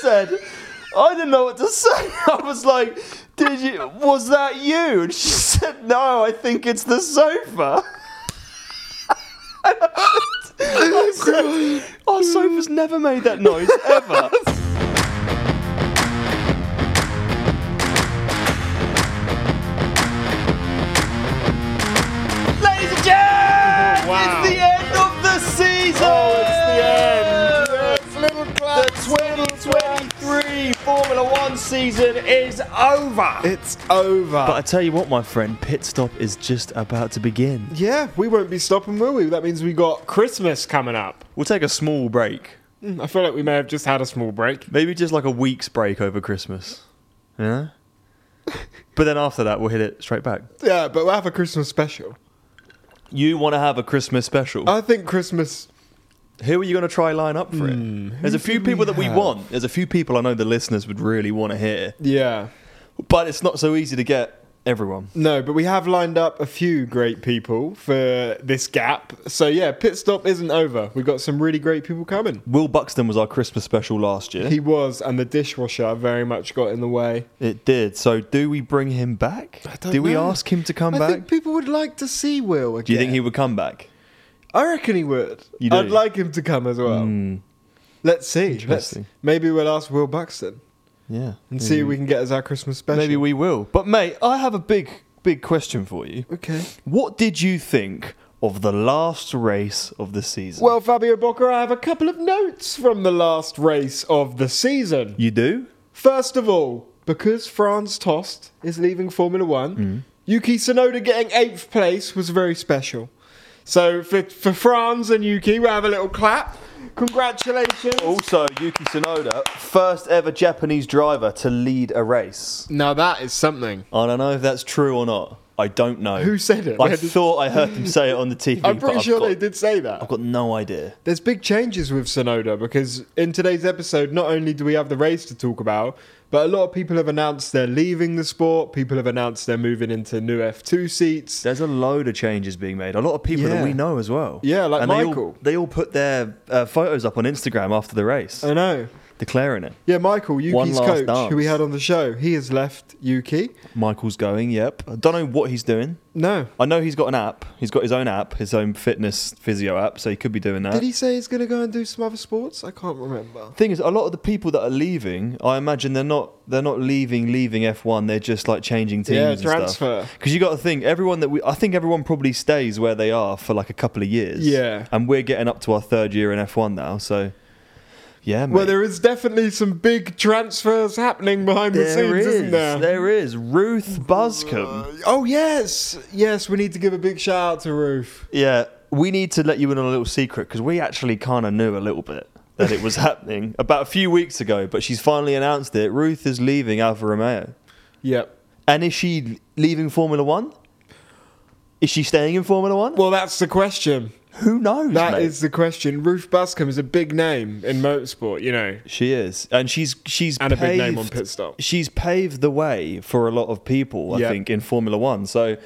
said, I didn't know what to say. I was like, "Did you? Was that you?" And she said, "No, I think it's the sofa." I said, Our sofa's never made that noise ever. Ladies and gents, Wow. it's the end of the season. Oh, it's the end. Yes, little The claps. little claps. 2023 Formula One season is over. It's over. But I tell you what, my friend, pit stop is just about to begin. yeah, we won't be stopping, will we? That means we got Christmas coming up. We'll take a small break. Mm, I feel like we may have just had a small break. Maybe just like a week's break over Christmas. Yeah? but then after that, we'll hit it straight back. Yeah, but we'll have a Christmas special. You want to have a Christmas special. I think Christmas. Who are you going to try line up for it? There's a few do we people that hmm, we have? want. There's a few people I know the listeners would really want to hear. Yeah. But it's not so easy to get everyone. No, but we have lined up a few great people for this gap. So yeah, pit stop isn't over. We've got some really great people coming. Will Buxton was our Christmas special last year. He was, and the dishwasher very much got in the way. it did. So do we bring him back? I don't do we know. ask him to come I back? think people would like to see Will again. do you think he would come back? I reckon he would. You do? Hmm. I'd like him to come as well. Let's see. Let's, Interesting. maybe we'll ask Will Buxton Yeah. and see who we can get as our Christmas special. Hmm. Maybe we will. But mate, I have a big, big question for you. Okay. What did you think of the last race of the season? Well, Fabio Bocca, I have a couple of notes from the last race of the season. you do. First of all, because Franz Tost is leaving Formula One, Hmm. Yuki Tsunoda getting eighth place was very special. So for, for Franz and Yuki, we have a little clap. Congratulations. Also, Yuki Tsunoda, first ever Japanese driver to lead a race. Now that is something. I don't know if that's true or not. I don't know. Who said it? I Where did- thought I heard them say it on the TV. I'm but pretty I've sure got, they did say that. I've got no idea. There's big changes with Sonoda because in today's episode, not only do we have the race to talk about, but a lot of people have announced they're leaving the sport. People have announced they're moving into new F2 seats. There's a load of changes being made. A lot of people Yeah. that we know as well. Yeah, like and they all- Michael. They all, put their uh, photos up on Instagram after the race, I know. declaring it. Yeah, Michael, Yuki's last coach, dance. who we had on the show, he has left Yuki. Michael's going. Yep. I don't know what he's doing. No. I know he's got an app. He's got his own app, his own fitness physio app, so he could be doing that. Did he say he's going to go and do some other sports? I can't remember. Thing is, a lot of the people that are leaving, I imagine they're not they're not leaving leaving F one. They're just like changing teams. Yeah, and transfer. Because you got to think everyone that we, I think everyone probably stays where they are for like a couple of years. Yeah. And we're getting up to our third year in F one now, so yeah. Mate. Well, there is definitely some big transfers happening behind the There scenes, isn't there? There is Ruth Buscombe. Uh, oh, yes. Yes, we need to give a big shout out to Ruth. Yeah, we need to let you in on a little secret because we actually kind of knew a little bit that it was happening about a few weeks ago, but she's finally announced it. Ruth is leaving Alfa Romeo. Yep. And is she leaving Formula One? Is she staying in Formula One? Well, that's the question. Who knows? That is mate? the question. Ruth Bascom is a big name in motorsport, you know, She is, and she's she's and a paved, big name on pit stop. She's paved the way for a lot of people, I Yeah. think, in Formula One. So,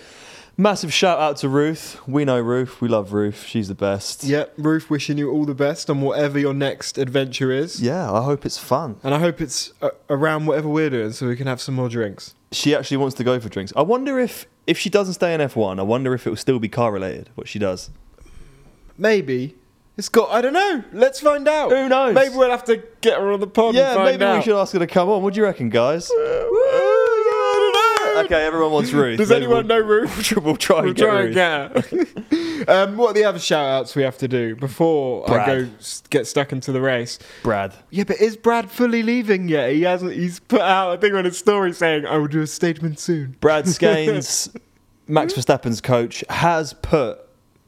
massive shout out to Ruth. We know Ruth. We love Ruth. She's the best. Yep, Ruth, wishing you all the best on whatever your next adventure is. Yeah, I hope it's fun. And I hope it's uh, around whatever we're doing so we can have some more drinks. she actually wants to go for drinks. I wonder if if she doesn't stay in F one, I wonder if it will still be car related what she does. Maybe. It's got, I don't know. Let's find out. Who knows? Maybe we'll have to get her on the pod. and Yeah, find maybe out. we should ask her to come on. What do you reckon, guys? okay, everyone wants Ruth. Does Maybe anyone know Ruth? We'll, we'll try and We'll get try Ruth. and get her. um, what are the other shout outs we have to do before I Brad. go s- get stuck into the race? Brad. Yeah, but is Brad fully leaving yet? He hasn't. He's put out a thing on his story saying, "I will do a statement soon." Brad Skanes, Max Hmm? Verstappen's coach, has put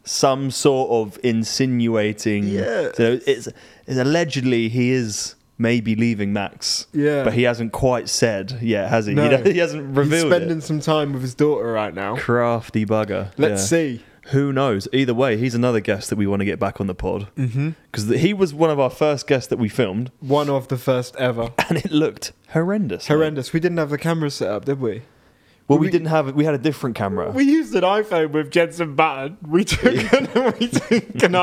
some sort of insinuating. Yeah. So it's, it's allegedly he is maybe leaving Max. Yeah. But he hasn't quite said yet, has he? No. He, he hasn't He's revealed it. spending some time with his daughter right now. Crafty bugger. Let's Yeah. see. Who knows? Either way, he's another guest that we want to get back on the pod Mm-hmm. because mm he was one of our first guests that we filmed, One of the first ever. and it looked horrendous. mate. Horrendous. We didn't have the camera set up, did we? Well, we didn't have it. We had a different camera. We used an iPhone with Jensen Button. We took, an, we took an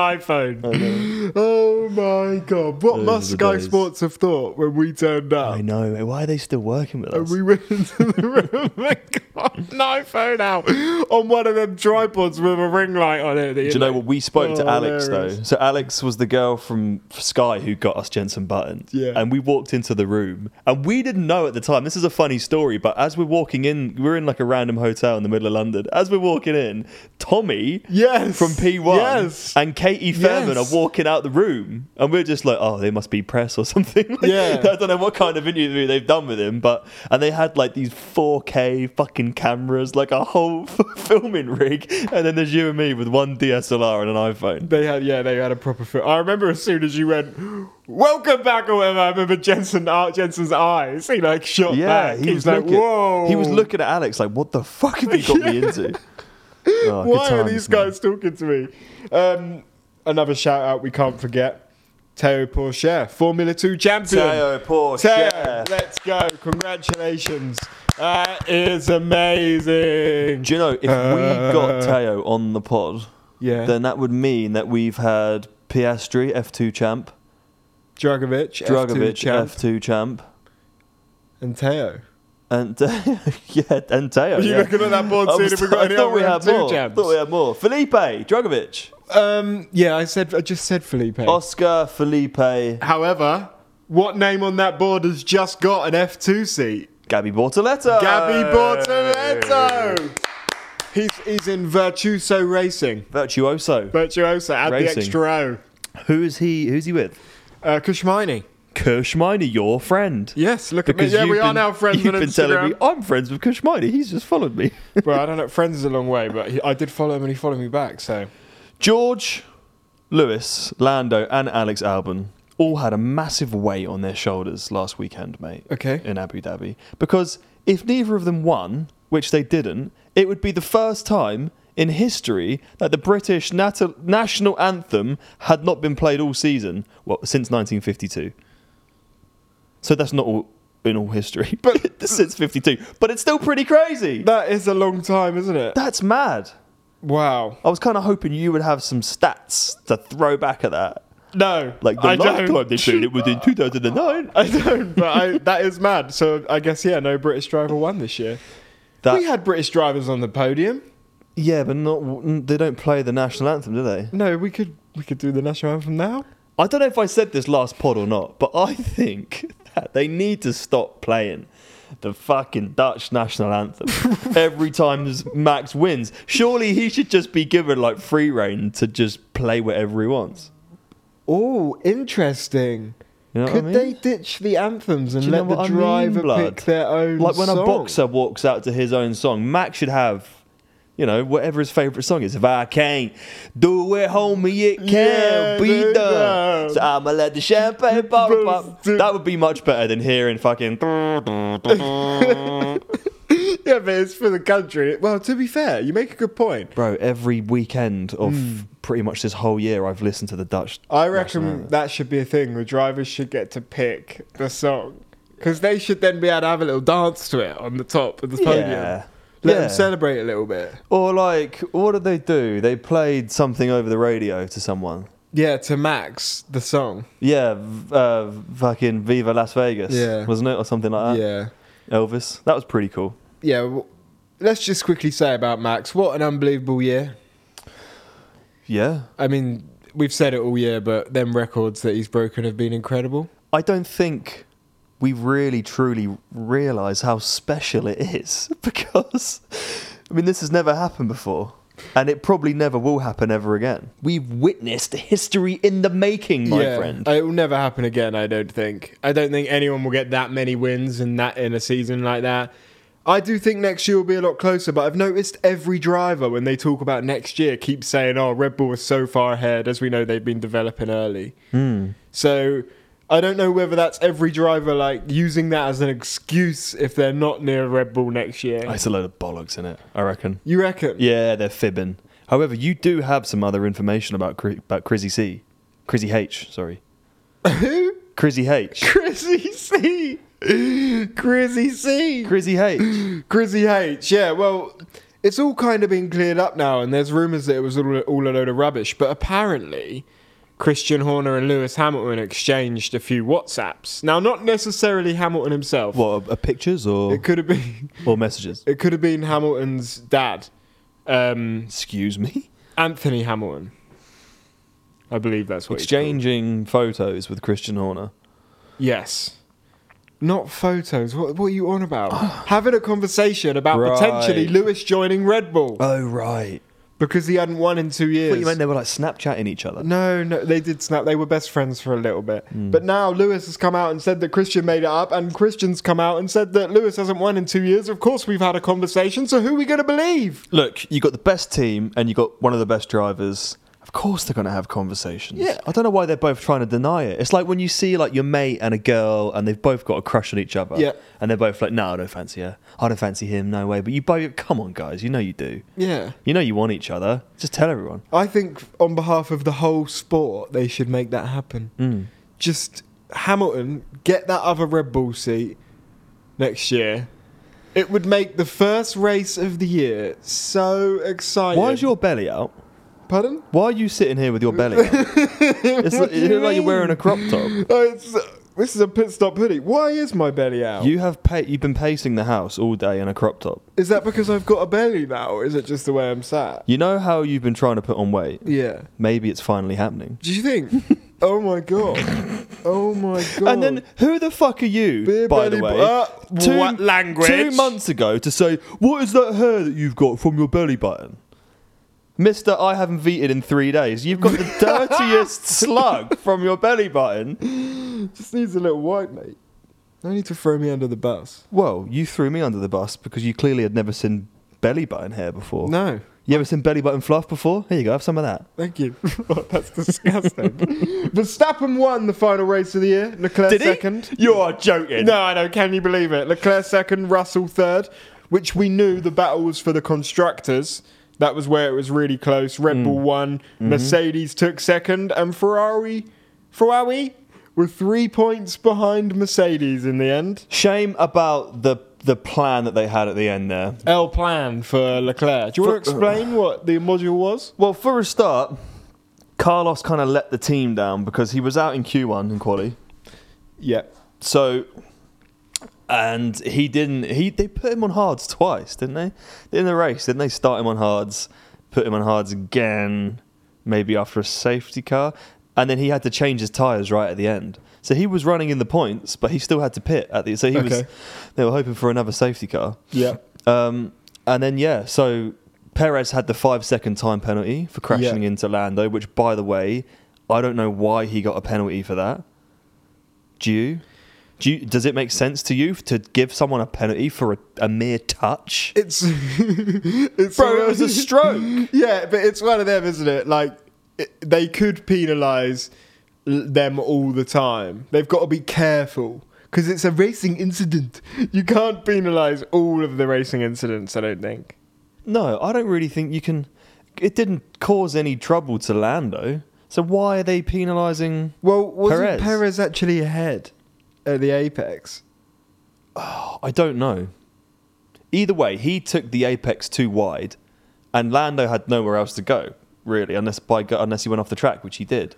iPhone. Oh my god! What Those must were the Sky days. Sports have thought when we turned I up? know. mate. Why are they still working with And us? we went into the room and got an iPhone out on one of them tripods with a ring light on it. that Do you know what? We spoke to Oh, Alex hilarious. though. So Alex was the girl from Sky who got us Jensen Button. Yeah. And we walked into the room, and we didn't know at the time. This is a funny story, but as we're walking in, we're in like a random hotel in the middle of London. As we're walking in, Tommy. Yes. From P1 Yes. and Katie Fairman Yes. are walking out the room, and we're just like, oh, they must be press or something. Like, Yeah. I don't know what kind of interview they've done with him, but and they had like these 4K fucking cameras, like a whole filming rig, and then there's you and me with one DSLR and an iPhone. They had, yeah, they had a proper fit. I remember as soon as you went, "Welcome back" or whatever. I remember Jensen, Art Jensen's eyes. He like shot back. He, was, like, looking, "Whoa!" He was looking at Alex like, what the fuck have you got me into? Oh, good Why are times, these man. guys talking to me? Um, another shout out we can't forget. Teo Porcher, Formula Two champion. Teo Porsche. Teo, let's go! Congratulations. That is amazing. Do you know if we Uh. got Teo on the pod, yeah, then that would mean that we've had Piastri, F2 champ, Dragovic, Dragovic, F2 champ, F2 champ, and Teo. and yeah, and Teo. Are you yeah. looking at that board I soon? was- If we got I any thought other we had F2 more. champs? Thought we had more. Felipe Dragovic, Um, yeah, I said I just said Felipe. Oscar Felipe, However, what name on that board has just got an F2 seat? Gabby Bortoletto, Gabby Bortoletto. He's he's in Virtuoso Racing. Virtuoso. Virtuoso, add Racing. the extra O. Who is he? Who's he with? Uh, Kushmini. Kushmini, your friend. Yes, look Because at me. Yeah, you've we are been- now friends You've on been telling me Instagram. I'm friends with Kushmini. He's just followed me. well, I don't know. Friends is a long way, but he, I did follow him and he followed me back. So George, Lewis, Lando, and Alex Albon all had a massive weight on their shoulders last weekend, mate. Okay. In Abu Dhabi. Because if neither of them won, which they didn't, it would be the first time in history that the British nat- national anthem had not been played all season, well, since 1952. So that's not all in all history, but since 52. But it's still pretty crazy. that is a long time, isn't it? That's mad. Wow. I was kind of hoping you would have some stats to throw back at that. No, Like the I last don't. time they showed it was in 2009. I don't, but I, that is mad. So I guess yeah, no British driver won this year. That- we had British drivers on the podium. Yeah, but not they don't play the national anthem, do they? No, we could we could do the national anthem now. I don't know if I said this last pod or not, but I think that they need to stop playing the fucking Dutch national anthem every time Max wins. Surely he should just be given like free reign to just play whatever he wants. Oh, interesting. You know could what I mean? they ditch the anthems and Do you let know the what I mean, driver blood? pick their own? Like when song? a boxer walks out to his own song, Max should have, you know, whatever his favourite song is. If I can't do it, homie, it can Yeah, be there you done. go. So I'ma let the champagne bottle pop. Dude. That would be much better than hearing fucking. Bro, yeah, but it's for the country. Well, to be fair, you make a good point. every weekend of Hmm. pretty much this whole year, I've listened to the Dutch. I national reckon anthem. that should be a thing. The drivers should get to pick the song because they should then be able to have a little dance to it on the top of the podium. Yeah. Let Yeah. them celebrate a little bit. Or like, what did they do? They played something over the radio to someone. Yeah, to Max the song. Yeah, v- uh, fucking Viva Las Vegas, Yeah. wasn't it, or something like that? yeah. Elvis, that was pretty cool. yeah, w let's just quickly say about Max. What an unbelievable year! Yeah, I mean, we've said it all year, but them records that he's broken have been incredible. I don't think we really truly realize how special it is because, I mean, this has never happened before, and it probably never will happen ever again. We've witnessed history in the making, my yeah, friend. it will never happen again. I don't think. I don't think anyone will get that many wins in that in a season like that. I do think next year will be a lot closer, but I've noticed every driver when they talk about next year keeps saying, "Oh, Red Bull is so far ahead." As we know, they've been developing early. Hmm. So I don't know whether that's every driver like using that as an excuse if they're not near Red Bull next year. It's a load of bollocks in it, I reckon. You reckon? Yeah, they're fibbing. However, you do have some other information about Cri- about Crizzy C, Crizzy H, sorry, Who? Crizzy H. Chrissy C. Grizzy C. Grizzy H. Grizzy H. Yeah, well, it's all kind of been cleared up now, and there's rumours that it was all, all a load of rubbish. But apparently, Christian Horner and Lewis Hamilton exchanged a few WhatsApps. Now, not necessarily Hamilton himself. What, uh, pictures or, It could have been. or messages? It could have been Hamilton's dad, um, Excuse me? Anthony Hamilton. I believe that's what he's called. Exchanging photos with Christian Horner. Yes. Not photos. What, what are you on about? Having a conversation about Right. potentially Lewis joining Red Bull Oh, right. because he hadn't won in two years. But you meant they were like Snapchatting each other. no, no, they did snap. They were best friends for a little bit. Hmm. But now Lewis has come out and said that Christian made it up, and Christian's come out and said that Lewis hasn't won in two years. Of course, we've had a conversation, so who are we going to believe? Look, you got the best team and you got one of the best drivers. Of course they're going to have conversations. Yeah. I don't know why they're both trying to deny it. It's like when you see like your mate and a girl and they've both got a crush on each other. Yeah. And they're both like, no, I don't fancy her. I don't fancy him, no way. But you both, come on guys, you know you do. Yeah. You know you want each other. Just tell everyone. I think on behalf of the whole sport, they should make that happen. Just Hamilton get that other Red Bull seat next year. It would make the first race of the year so exciting. Why is your belly out? pardon? Why are you sitting here with your belly out? it's like, What do you you look like you're mean? wearing a crop top. Oh, it's, this is a pit stop hoodie. Why is my belly out? You have pa- you've been pacing the house all day in a crop top. is that because I've got a belly now, or is it just the way I'm sat? You know how you've been trying to put on weight. Yeah. Maybe it's finally happening. Do you think? oh my god. Oh my god. And then who the fuck are you, Beer by belly the way? bu- uh, what language? Two months ago to say what is that hair that you've got from your belly button, Mister? I haven't veted in three days. You've got the dirtiest slug from your belly button. just needs a little wipe, mate. No need to throw me under the bus. Well, you threw me under the bus because you clearly had never seen belly button hair before. No. You ever seen belly button fluff before? Here you go, have some of that. Thank you. That's disgusting. Verstappen won the final race of the year. Leclerc Did he? second. You are joking. No, I know. Can you believe it? Leclerc second, Russell third, which we knew the battle was for the constructors. That was where it was really close. Red Bull won. Mercedes took second, and Ferrari, Ferrari were three points behind Mercedes in the end. Shame about the the plan that they had at the end there. L plan for uh, Leclerc. Do you want to explain what the module was? Well, for a start, Carlos kind of let the team down because he was out in Q1 in quali. Yeah. So, and he didn't. He they put him on hards twice, didn't they? In the race, didn't they start him on hards, put him on hards again, maybe after a safety car, and then he had to change his tires right at the end. So he was running in the points, but he still had to pit at the. So he was. Okay. They were hoping for another safety car. Yeah. Um, and then yeah, so Perez had the five second time penalty for crashing Yeah. into Lando, which by the way, I don't know why he got a penalty for that. Do you? Do you, does it make sense to you to give someone a penalty for a, a mere touch? It's, it's Bro, it was a stroke. yeah, but it's one of them, isn't it? Like it, they could penalise l- them all the time. They've got to be careful because it's a racing incident. You can't penalise all of the racing incidents. I don't think. No, I don't really think you can. It didn't cause any trouble to Lando, so why are they penalising? Well, wasn't Perez. Perez, actually ahead at the apex? I don't know. Either way, he took the apex too wide, and Lando had nowhere else to go, really, unless by go- unless he went off the track, which he did.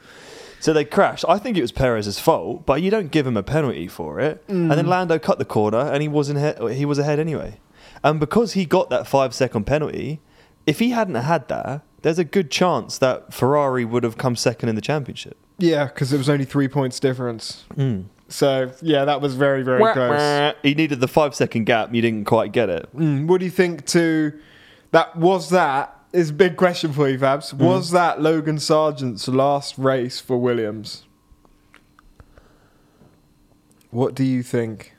So they crashed. I think it was Perez's fault, but you don't give him a penalty for it. And Mm. then Lando cut the corner, and he was in he-, he was ahead anyway. And because he got that five second penalty, if he hadn't had that, there's a good chance that Ferrari would have come second in the championship. Yeah, because there was only three points difference. So yeah, that was very very close. He needed the five second gap. You didn't quite get it. Mm, what do you think to that was that is a big question for you, Fabs. Mm-hmm. Was that Logan Sargent's last race for Williams? What do you think?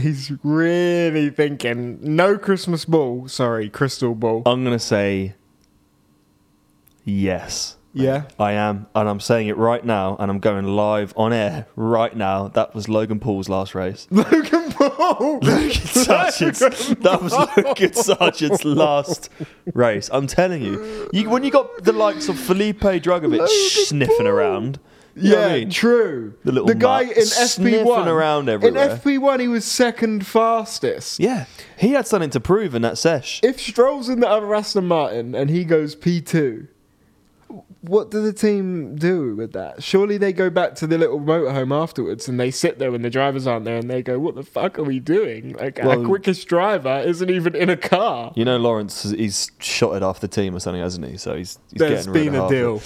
He's really thinking. No Christmas ball, sorry, crystal ball. I'm going to say yes. yeah. I am, and I'm saying it right now, and I'm going live on air right now. That was Logan Paul's last race. Logan Paul. Logan Sargent's, that was Logan Sargent's last race. I'm telling you. you when you got the likes of Felipe Drugovic sniffing around, You know what I mean? true. The little guy in mutt FP1 sniffing around everywhere. In FP1, he was second fastest. Yeah, he had something to prove in that sesh. If Stroll's in the other Aston Martin and he goes P2, what do the team do with that? Surely they go back to the little motorhome afterwards and they sit there when the drivers aren't there and they go, "What the fuck are we doing? Like Well- our quickest driver isn't even in a car." You know, Lawrence, he's shot at half the team or something, hasn't he? So he's, he's There's getting rid been of a half it. deal.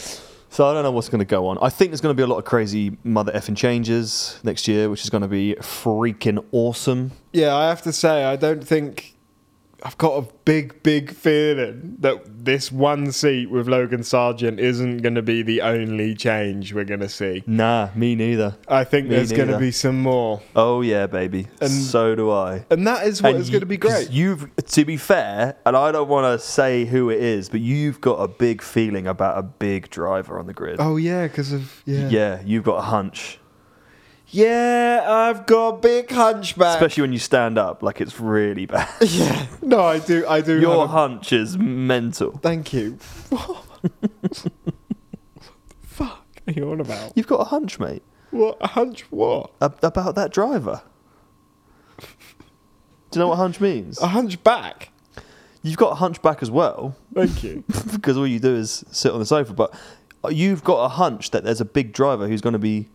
So I don't know what's going to go on. I think there's going to be a lot of crazy mother effing changes next year, which is going to be freaking awesome. Yeah, I have to say, I don't think I've got a big, big feeling that this one seat with Logan Sargent isn't going to be the only change we're going to see. Nah, me neither. I think Me there's going to neither. be some more, Oh yeah, baby. And- so do I. and that is what And is you- going to be 'cause great. You've, to be fair, and I don't want to say who it is, but you've got a big feeling about a big driver on the grid. oh yeah, because of yeah. yeah. you've got a hunch, Yeah, I've got a big hunchback. especially when you stand up. Like it's really bad. yeah, no, I do, I do. Your have a- hunch is mental. Thank you. Fuck, are you on about You've got a hunch, mate, what? A hunch? What? ab- about that driver. Do you know what hunch means? A hunchback? You've got a hunchback as well, Thank you. because all you do is sit on the sofa. But you've got a hunch that there's a big driver who's going to be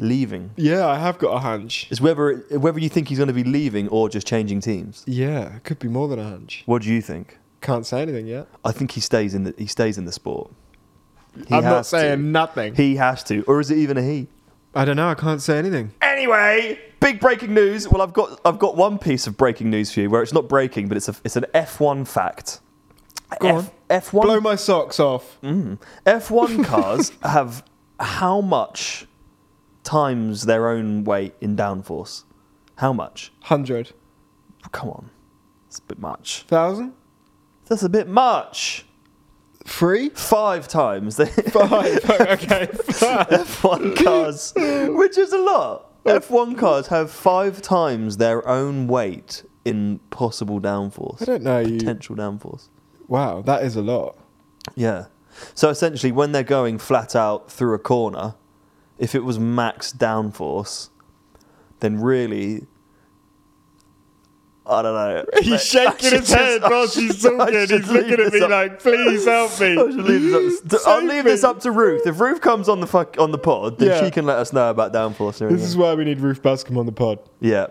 leaving. yeah, I have got a hunch. It's whether it, whether you think he's going to be leaving or just changing teams. Yeah, it could be more than a hunch. What do you think? Can't say anything yet. I think he stays in the he stays in the sport. He I'm not has to. saying nothing. he has to, or is it even a he? I don't know. I can't say anything. Anyway, big breaking news. Well, I've got I've got one piece of breaking news for you, where it's not breaking, but it's a it's an F1 fact. Go on. F, F1 Blow my socks off. Mm. F1 cars have how much times their own weight in downforce? How much? Hundred Come on. It's a bit much. thousand That's a bit much. three Five times. the five. okay, five. F1 cars, which is a lot. F1 cars have five times their own weight in possible downforce. I don't know you. Potential downforce. Wow, that is a lot. Yeah. So essentially, when they're going flat out through a corner, if it was max downforce, then really, I don't know. He's shaking his head while she's talking. He's looking at me like, "Please help me." I'll leave, this up to, I'll Save leave this me." up to Ruth. If Ruth comes on the fuck on the pod, then Yeah. she can let us know about downforce. And This everything. is why we need Ruth Bascom on the pod. Yeah.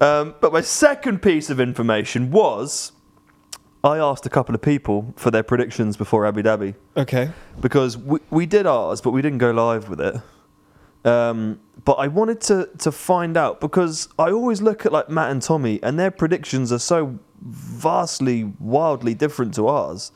Um, but my second piece of information was I asked a couple of people for their predictions before Abu Dhabi Okay. because we, we did ours, but we didn't go live with it. Um, but I wanted to, to find out because I always look at like Matt and Tommy, and their predictions are so vastly, wildly different to ours.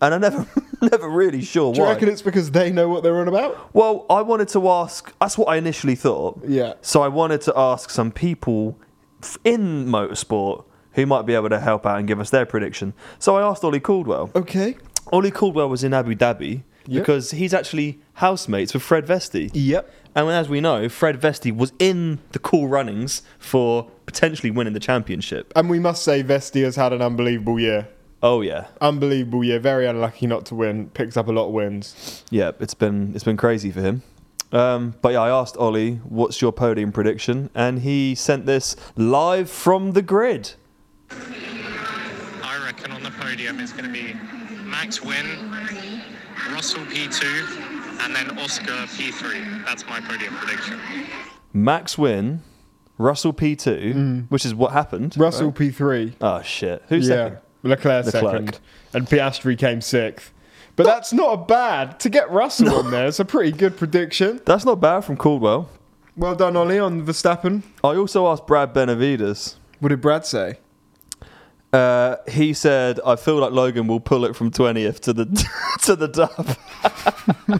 And I'm never, never really sure Do you why. reckon it's because they know what they're on about? Well, I wanted to ask. That's what I initially thought. Yeah. So I wanted to ask some people f- in motorsport who might be able to help out and give us their prediction. So I asked Ollie Caldwell. Okay. Ollie Caldwell was in Abu Dhabi Yep. because he's actually housemates with Fred Vesti. Yep. And as we know, Fred Vesti was in the cool runnings for potentially winning the championship. And we must say, Vesti has had an unbelievable year. Oh yeah, unbelievable year. Very unlucky not to win. Picks up a lot of wins. yeah. It's been it's been crazy for him. Um, but yeah, I asked Ollie, "What's your podium prediction?" And he sent this live from the grid. I reckon on the podium it's going to be Max win, Russell P2, and then Oscar P3. That's my podium prediction. Max win, Russell P2, which is what happened. Russell right? P3. Oh, shit. Who's yeah. second? Leclerc, Leclerc. second. And Piastri came sixth. But that's not a bad. To get Russell on there, it's a pretty good prediction. That's not bad from Caldwell. Well done, Ollie, on Verstappen. I also asked Brad Benavides. What did Brad say? Uh, he said, "I feel like Logan will pull it from twentieth to the to the dub."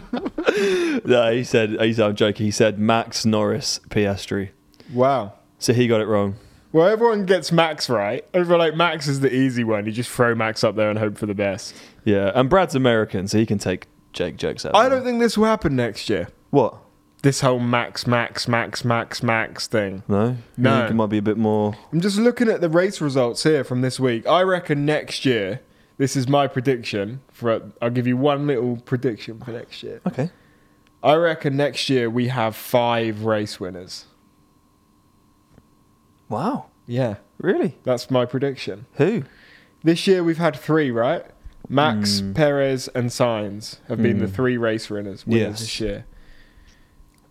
no, he said, he said, "I'm joking." He said Max Norris Piastri, Wow. so he got it wrong. Well, everyone gets Max right. Everyone like Max is the easy one. You just throw Max up there and hope for the best. Yeah, and Brad's American, so he can take Jake jokes out. I don't think this will happen next year. what. This whole Max, Max, Max, Max, Max thing. No, No. I think it might be a bit more. I'm just looking at the race results here from this week. I reckon next year, this is my prediction. For I'll give you one little prediction for next year. Okay, I reckon next year we have five race winners. Wow. Yeah, Really? that's my prediction. Who? This year we've had three, right? Max, Perez, and Sainz have been the three race winners, winners Yes. this year.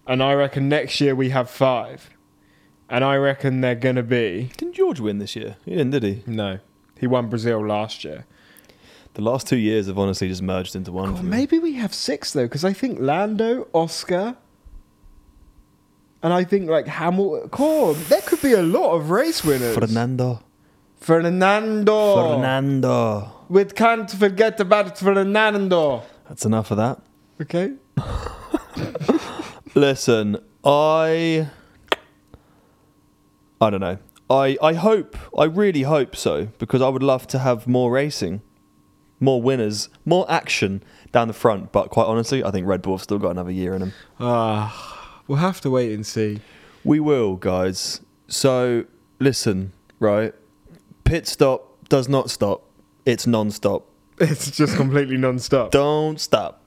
And I reckon next year we have five. And I reckon they're going to be. Didn't George win this year? He didn't, did he? No. He won Brazil last year. The last two years have honestly just merged into one. God, for me. maybe we have six, though, because I think Lando, Oscar, and I think like Hamilton. God, there could be a lot of race winners. Fernando. Fernando. Oh. Fernando. We can't forget about Fernando. That's enough of that. Okay. Listen, I I don't know. I I hope, I really hope so because I would love to have more racing, more winners, more action down the front, but quite honestly, I think Red Bull have still got another year in them. Ah, we'll have to wait and see. We will, guys. So, listen, right? Pit stop does not stop. It's non-stop. It's just completely non-stop. Don't stop.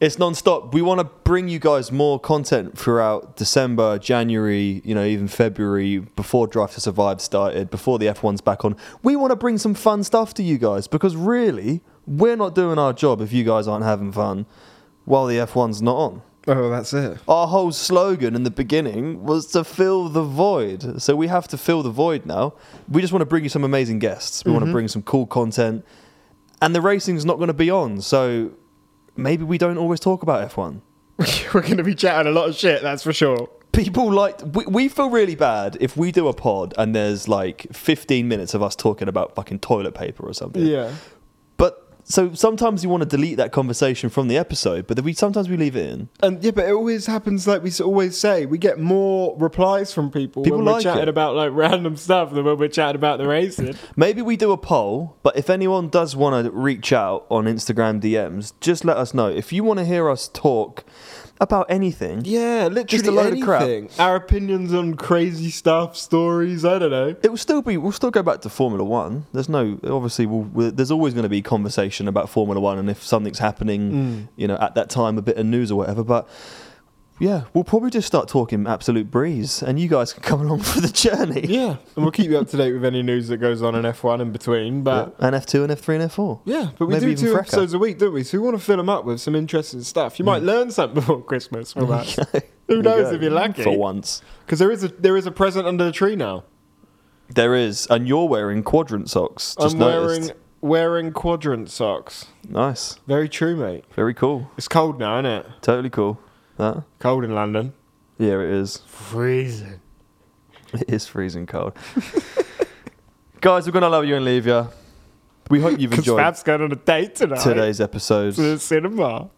It's non-stop. We want to bring you guys more content throughout December, January, you know, even February before Drive to Survive started, before the F1's back on. We want to bring some fun stuff to you guys because really, we're not doing our job if you guys aren't having fun while the F1's not on. Oh, that's it. Our whole slogan in the beginning was to fill the void. So we have to fill the void now. We just want to bring you some amazing guests. We want to bring some cool content. And the racing's not going to be on. So maybe we don't always talk about F1. We're going to be chatting a lot of shit, that's for sure. People like, we, we feel really bad if we do a pod and there's like 15 minutes of us talking about fucking toilet paper or something. Yeah. But so sometimes you want to delete that conversation from the episode, but then we sometimes we leave it in. And yeah, but it always happens like we s- always say. We get more replies from people, People when we're like chatting it. about like random stuff than when we're chatting about the racing. Maybe we do a poll, but if anyone does want to reach out on Instagram DMs, just let us know. If you want to hear us talk about anything, yeah, literally Just a load of crap. of crap. Our opinions on crazy stuff, stories. I don't know. it will still be. We'll still go back to Formula One. There's no obviously. We'll, we there's always going to be conversation about Formula One, and if something's happening, Mm. you know, at that time, a bit of news or whatever. But yeah, we'll probably just start talking absolute breeze, and you guys can come along for the journey. Yeah, and we'll keep you up to date with any news that goes on in F1 in between. But And F two and F three and F four. Yeah, but we Maybe do even two Freca. episodes a week, don't we? So we want to fill them up with some interesting stuff. You might learn something before Christmas from us. Who Hmm. There you knows go. if you're lucky? For once. Because there is a there is a present under the tree now. There is, and you're wearing quadrant socks. Just I'm noticed. wearing wearing quadrant socks. Nice, Very true, mate. very cool, It's cold now, isn't it? totally cool. That, Cold in London. yeah, it is. Freezing. It is freezing cold. Guys, we're gonna love you and leave you. We hope you've Because enjoyed Fab's going on a date tonight. today's episode. To the cinema.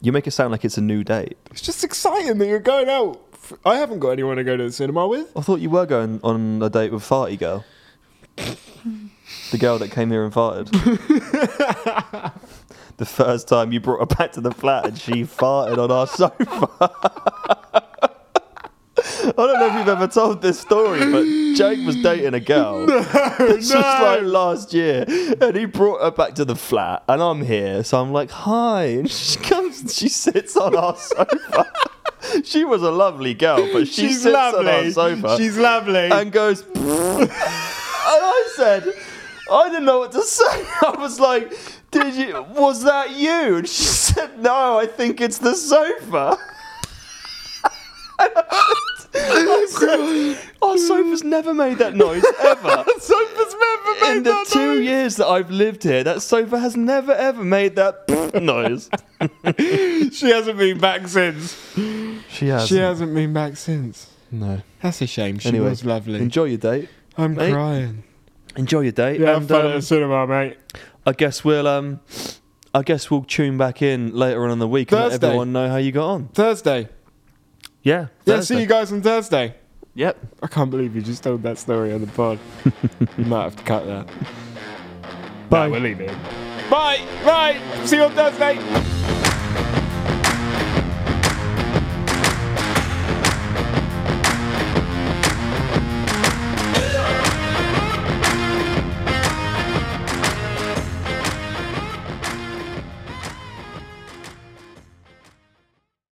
You make it sound like it's a new date. It's just exciting that you're going out. I haven't got anyone to go to the cinema with. I thought you were going on a date with Farty Girl, the girl that came here and farted. the first time you brought her back to the flat and she farted on our sofa. I don't know if you've ever told this story, but Jake was dating a girl. this was no. like last year, and he brought her back to the flat, and I'm here, so I'm like, "Hi," and she comes, and she sits on our sofa. she was a lovely girl, but she She's sits on lovely. our sofa She's lovely. and goes, and I said, I didn't know what to say. I was like, did you, was that you? And she said, no, I think it's the sofa. I said, Our sofa's never made that noise ever. Sofa's never made In the that two noise. years that I've lived here, that sofa has never ever made that noise. She hasn't been back since. She has. She hasn't been back since. No. That's a shame. She Anyway, was lovely. Enjoy your date. I'm mate. crying. Enjoy your date. Yeah, and, have fun at um, the cinema, mate. I guess we'll um, I guess we'll tune back in later on in the week and let Thursday. everyone know how you got on. Thursday. Yeah. Yeah, Thursday. see you guys on Thursday. Yep. I can't believe you just told that story on the pod. you might have to cut that. Bye. Bye. Bye. See you on Thursday.